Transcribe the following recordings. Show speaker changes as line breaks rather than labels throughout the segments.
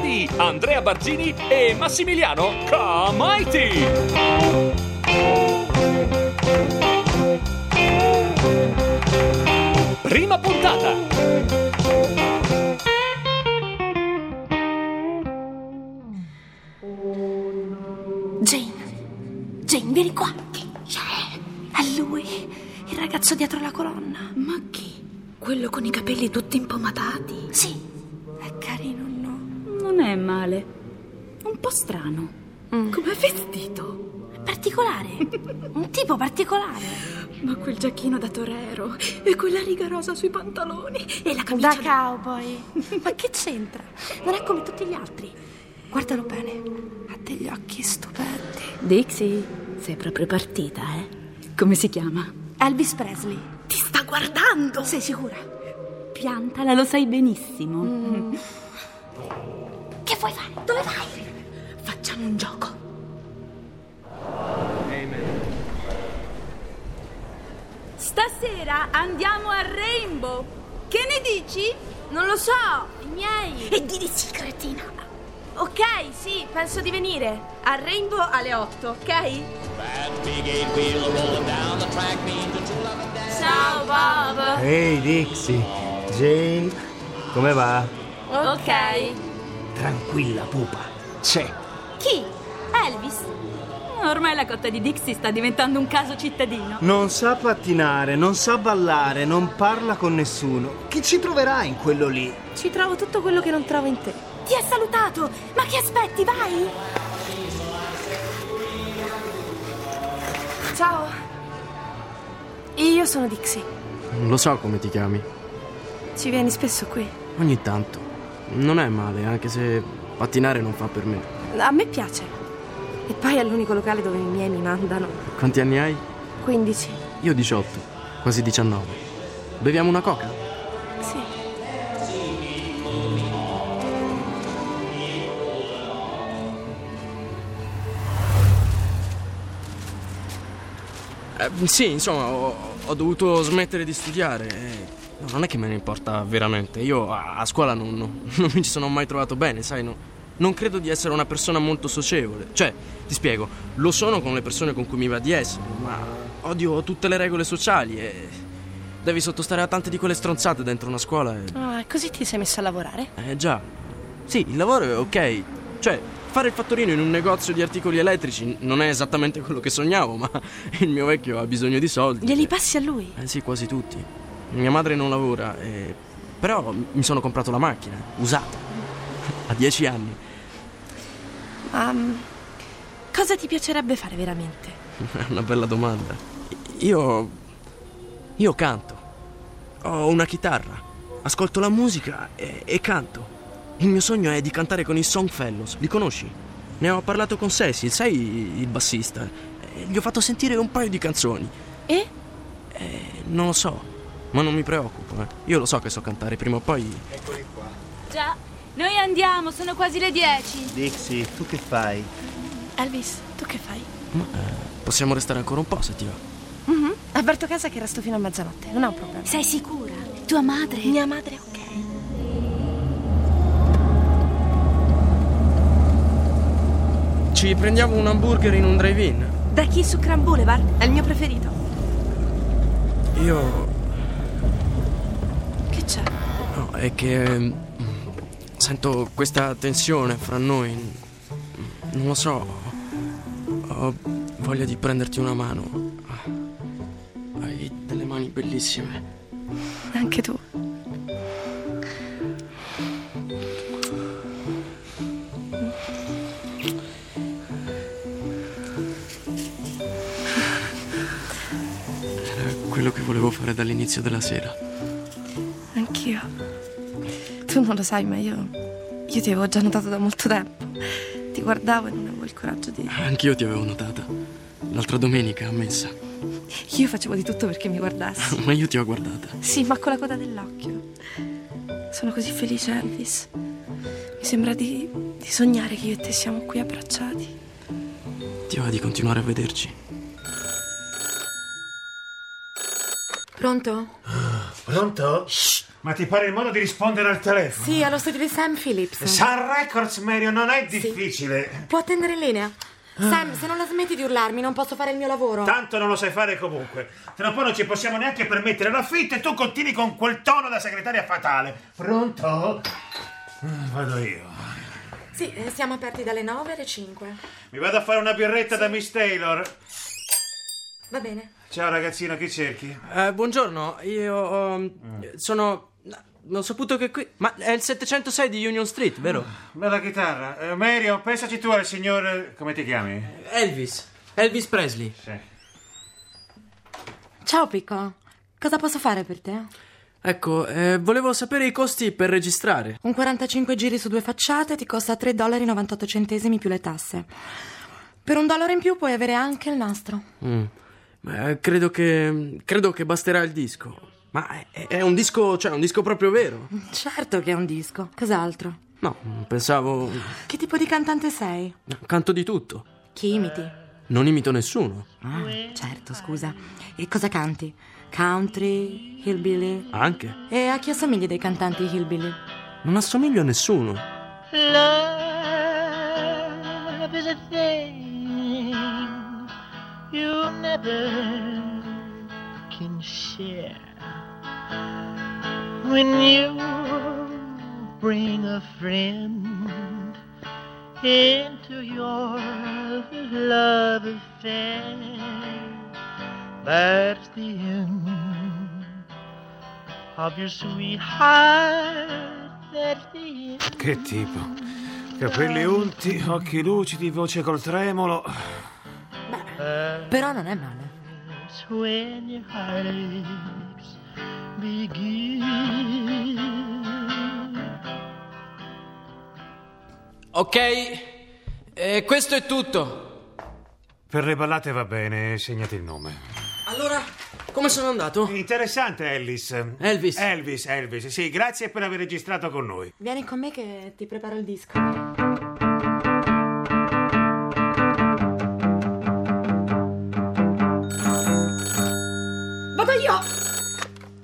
di Andrea Barzini e Massimiliano Comaiti. Prima puntata.
Jane, Jane, vieni qua. Che c'è? È lui, il ragazzo dietro la colonna.
Ma chi? Quello con i capelli tutti impomatati?
Sì, è carino, no?
Non è male. Un po' strano. Com'è vestito?
Particolare, un tipo particolare.
Ma quel giacchino da torero e quella riga rosa sui pantaloni e la
Da
camicia...
cowboy. Ma che c'entra? Non è come tutti gli altri. Guardalo bene, ha degli occhi stupendi.
Dixie, sei proprio partita, eh? Come si chiama?
Elvis Presley,
Ti sta guardando!
sei sicura?
Piantala, lo sai benissimo.
Che vuoi fare? Dove vai?
Facciamo un gioco.
Stasera andiamo al Rainbow. Che ne dici? Non lo so, i miei.
E di sì, cretina.
Ok, sì, penso di venire. Al Rainbow alle 8, ok? Ciao Bob.
Ehi Dixie, Jane, come va?
Ok.
Tranquilla pupa, c'è.
Chi? Elvis?
Ormai la cotta di Dixie sta diventando un caso cittadino.
Non sa pattinare, non sa ballare, non parla con nessuno. Chi ci troverà in quello lì?
Ci trovo tutto quello che non trovo in te. Ti ha salutato! Ma che aspetti, vai! Ciao. Io sono Dixie.
Non lo so come ti chiami.
Ci vieni spesso qui?
Ogni tanto. Non è male, anche se pattinare non fa per me.
A me piace. E poi è l'unico locale dove i miei mi mandano.
Quanti anni hai?
15.
Io 18, quasi 19. Beviamo una coca?
Sì.
Eh, sì, insomma, ho, ho dovuto smettere di studiare. eh. No, non è che me ne importa veramente. Io a, a scuola non, non- non mi ci sono mai trovato bene, sai. no- non credo di essere una persona molto socievole. Cioè, ti spiego, lo sono con le persone con cui mi va di essere, ma odio tutte le regole sociali e. Devi sottostare a tante di quelle stronzate dentro una scuola e.
Ah, così ti sei messa a lavorare?
Eh già. Sì, il lavoro è ok. Cioè, fare il fattorino in un negozio di articoli elettrici n- non è esattamente quello che sognavo, ma il mio vecchio ha bisogno di soldi.
Glieli passi a lui?
Eh sì, quasi tutti. Mia madre non lavora, eh, però m- mi sono comprato la macchina, usata, a dieci anni.
Ma mm, cosa ti piacerebbe fare veramente?
È una bella domanda. Io. Io canto. Ho una chitarra. Ascolto la musica e, e canto. Il mio sogno è di cantare con i Songfellows. Li conosci? Ne ho parlato con Cecil, sai il bassista? E Gli ho fatto sentire un paio di canzoni.
E?
Eh, Non lo so, ma non mi preoccupo. eh. Io lo so che so cantare, prima o poi.
Già, noi andiamo, sono quasi le 10.
Dixie, tu che fai?
Elvis, tu che fai?
Possiamo restare ancora un po' se ti va.
Avverto casa che resto fino a mezzanotte, non ho un problema.
Sei sicura? Tua madre? Mia madre, ok.
Ci prendiamo un hamburger in un drive-in.
Da chi su Cran Boulevard? È il mio preferito.
Io.
Che c'è?
No, è che mm, sento questa tensione fra noi. Mm, Non lo so. Ho voglia di prenderti una mano. Ah, Hai delle mani bellissime.
Anche tu.
Era quello che volevo fare dall'inizio della sera.
Anch'io. Tu non lo sai, ma io. Io ti avevo già notato da molto tempo. Ti guardavo e non avevo il coraggio di.
Anch'io ti avevo notata. L'altra domenica a messa.
Io facevo di tutto perché mi guardassi.
Ma io ti ho guardata.
Sì, ma con la coda dell'occhio. Sono così felice, Elvis. Mi sembra di, di sognare che io e te siamo qui abbracciati.
Ti va di continuare a vederci.
Pronto?
Pronto?
Ma ti pare il modo di rispondere al telefono?
Sì, allo studio di Sam Phillips.
Sun Records, Mario, non è difficile.
Può attendere in linea? Sam, se non la smetti di urlarmi, non posso fare il mio lavoro.
Tanto non lo sai fare comunque. Tra un po' non ci possiamo neanche permettere l'affitto e tu continui con quel tono da segretaria fatale. Pronto? Ah, Vado io.
Sì, eh, siamo aperti dalle 9 alle 5.
Mi vado a fare una birretta da Miss Taylor.
Va bene.
Ciao ragazzino, chi cerchi?
Eh, buongiorno, io ehm, sono... Ho saputo che qui... Ma è il 706 di Union Street, vero?
Bella chitarra. Eh, Mario, pensaci tu al signor... come ti chiami?
Elvis. Elvis Presley.
Sì.
Ciao, Picco. Cosa posso fare per te?
Ecco, eh, volevo sapere i costi per registrare.
Un 45 giri su due facciate ti costa 3,98 dollari più le tasse. Per un dollaro in più puoi avere anche il nastro.
Mm. Ma eh, credo che... credo che basterà il disco. Ma è, è un disco... cioè un disco proprio vero?
Certo che è un disco. Cos'altro?
No, pensavo...
Che tipo di cantante sei?
Canto di tutto.
Chi imiti?
Non imito nessuno.
Ah, certo, scusa. E cosa canti? Country, hillbilly?
Anche.
E a chi assomigli dei cantanti hillbilly?
Non assomiglio a nessuno.
Love is a thing you never can share. When you bring a friend into your love affair, that's the end of your sweetheart. That's the end.
Che tipo? Capelli unti, occhi lucidi, voce col tremolo.
Però non è male.
It's when your heartaches begin.
Ok, eh, questo è tutto.
Per le ballate va bene, segnati il nome.
Allora, come sono andato?
Interessante, Ellis.
Elvis.
Elvis, Elvis. Sì, grazie per aver registrato con noi.
Vieni con me che ti preparo il disco.
Vado io!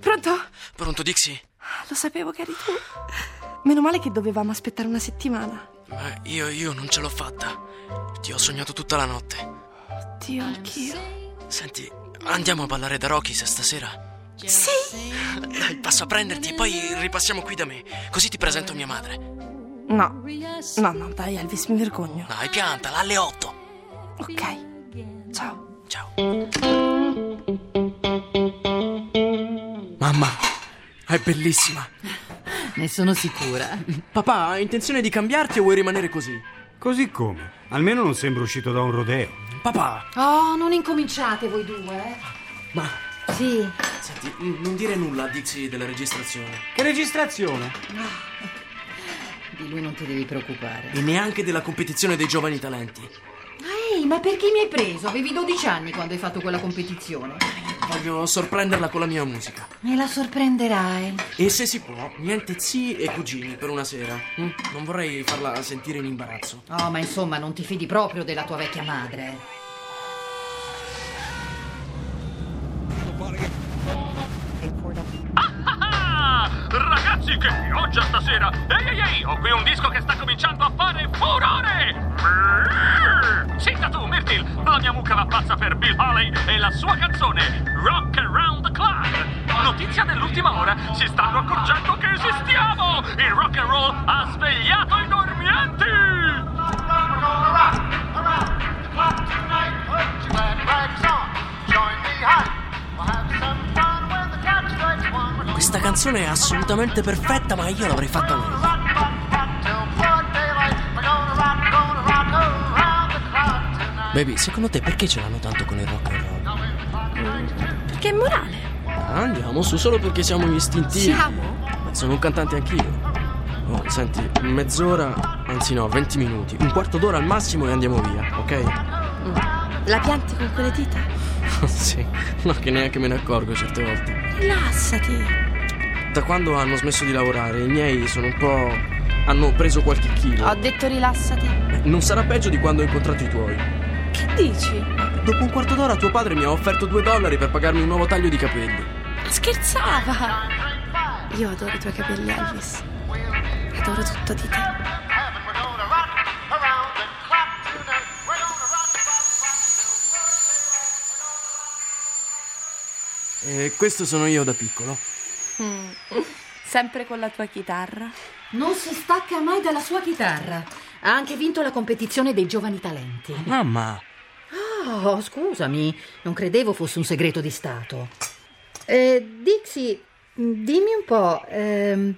Pronto?
Pronto, Dixie?
Lo sapevo che eri tu. Meno male che dovevamo aspettare una settimana.
Ma Eh, io, io non ce l'ho fatta. Ti ho sognato tutta la notte.
Dio, anch'io.
Senti, andiamo a ballare da Rocky se stasera.
Sì?
Dai, passo a prenderti e poi ripassiamo qui da me. Così ti presento mia madre.
No. No, no, dai, Elvis, mi vergogno.
Dai, piantala alle 8.
Ok. Ciao.
Ciao. Mamma, è bellissima.
Ne sono sicura.
Papà, hai intenzione di cambiarti o vuoi rimanere così?
Così come? Almeno non sembra uscito da un rodeo.
Papà,
Oh, non incominciate voi due.
ma
eh. Sì.
senti, n- non dire nulla a Dixie della registrazione.
Che registrazione?
Di lui non ti devi preoccupare.
E neanche della competizione dei giovani talenti.
Ehi, ma perché mi hai preso? Avevi 12 anni quando hai fatto quella competizione.
Voglio sorprenderla con la mia musica.
Me la sorprenderai.
E se si può, niente zii e cugini per una sera. hm? Non vorrei farla sentire in imbarazzo.
Oh, ma insomma, non ti fidi proprio della tua vecchia madre.
Ah, Ragazzi, che pioggia stasera! Ehi, ehi, ehi, ho qui un disco che sta cominciando a fare furore! Senta tu, Myrtle, la mia mucca va pazza per Bill Haley e la sua canzone Rock Around the Clock! Notizia dell'ultima ora, si stanno accorgendo che esistiamo! Il rock and roll ha svegliato i dormienti!
Questa canzone è assolutamente perfetta, ma io l'avrei fatta meglio. Baby, secondo te perché ce l'hanno tanto con il rock and roll?
Perché è morale.
Ah, Andiamo su solo perché siamo gli istintivi.
Siamo?
Ma Sono un cantante anch'io. Oh, senti, mezz'ora, anzi no, 20 minuti, un quarto d'ora al massimo e andiamo via, ok?
Mm. La pianti con quelle dita?
sì, no, che neanche me ne accorgo certe volte.
Rilassati.
Da quando hanno smesso di lavorare, i miei sono un po'... hanno preso qualche chilo. Eh,
Ho detto rilassati.
Non sarà peggio di quando ho incontrato i tuoi.
Che dici?
Dopo un quarto d'ora tuo padre mi ha offerto due dollari per pagarmi un nuovo taglio di capelli.
Ma scherzava!
Train five,
Io adoro i tuoi capelli, Elvis. Adoro tutto di te.
E questo sono io da piccolo.
Mm. Sempre con la tua chitarra.
Non si stacca mai dalla sua chitarra. Ha anche vinto la competizione dei giovani talenti.
Mamma,
Oh, scusami, non credevo fosse un segreto di Stato. Eh, Dixie, dimmi un po'. ehm,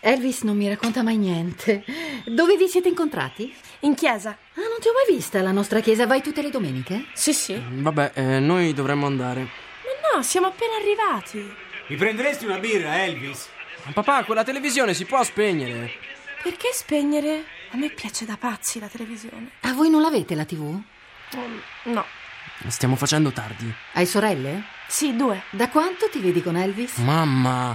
Elvis non mi racconta mai niente. Dove vi siete incontrati?
In chiesa.
Ah, non ti ho mai vista la nostra chiesa. Vai tutte le domeniche?
Sì, sì.
vabbè, eh, noi dovremmo andare.
Ma no, siamo appena arrivati.
Mi prenderesti una birra, Elvis?
Ma papà, quella televisione si può spegnere.
Perché spegnere? A me piace da pazzi la televisione.
A voi non l'avete la TV?
Mm, no.
Stiamo facendo tardi.
Hai sorelle?
Sì, due.
Da quanto ti vedi con Elvis?
Mamma.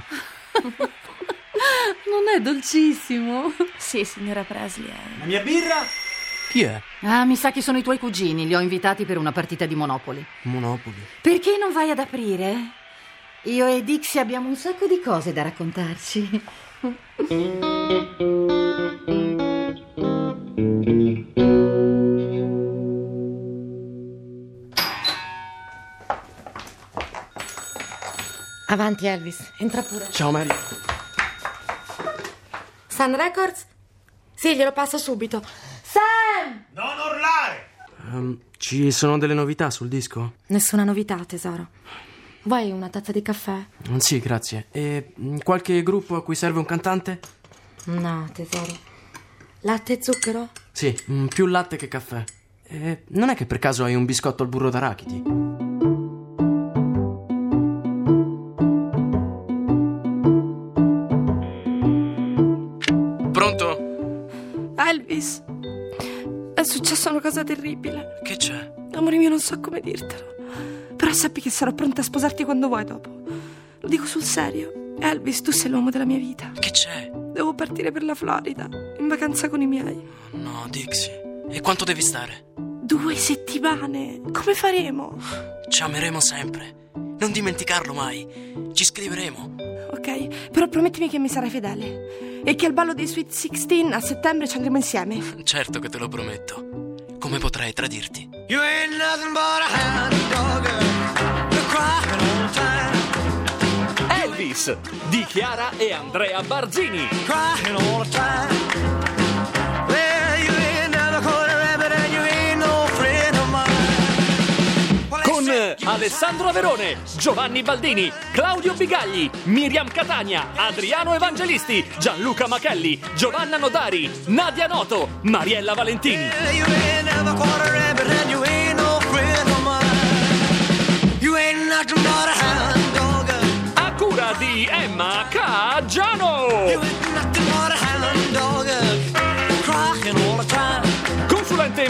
Non è dolcissimo.
Sì, signora Presley. eh.
La mia birra?
Chi è?
Ah, mi sa che sono i tuoi cugini. Li ho invitati per una partita di Monopoli.
Monopoli.
Perché non vai ad aprire? Io e Dixie abbiamo un sacco di cose da raccontarci.
Avanti, Elvis, entra pure.
Ciao Mary.
Sun Records? Sì, glielo passo subito. Sam!
Non urlare!
Ehm, ci sono delle novità sul disco?
Nessuna novità, tesoro. Vuoi una tazza di caffè?
Mm, Sì, grazie. E mm, qualche gruppo a cui serve un cantante?
No, tesoro. Latte e zucchero?
Sì, mm, più latte che caffè. E non è che per caso hai un biscotto al burro d'arachidi? Pronto?
Elvis, è successa una cosa terribile.
Che c'è?
Amore mio, non so come dirtelo. Però sappi che sarò pronta a sposarti quando vuoi dopo. Lo dico sul serio. Elvis, tu sei l'uomo della mia vita.
Che c'è?
Devo partire per la Florida, in vacanza con i miei.
No, Dixie. E quanto devi stare?
Due settimane. Come faremo?
Ci ameremo sempre. Non dimenticarlo mai. Ci scriveremo.
Ok, però promettimi che mi sarai fedele. E che al ballo dei Sweet 16 a settembre ci andremo insieme.
Certo che te lo prometto. Come potrei tradirti?
You ain't nothing but a hound dog to cry all the time,
Elvis di Chiara e Andrea Barzini.
crying all the time. Well, you ain't never caught a rabbit and you ain't no friend of mine.
Con eh, Alessandro Averone, Giovanni Baldini, Claudio Bigagli, Miriam Catania, Adriano Evangelisti, Gianluca Machelli, Giovanna Nodari, Nadia Noto, Mariella Valentini.
Well, you ain't never caught a rabbit and you ain't no friend of mine. You ain't nothing but a hound dog,
A cura di Emma Caggiano.
nothing but a hound dog, crying all the time.
Consulente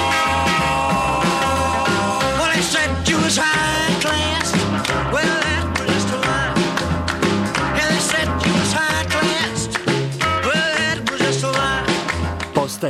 Well, they said you was high class. Well, that was the lie. Yeah, they said you was high class. Well, that was just a lie.
Posta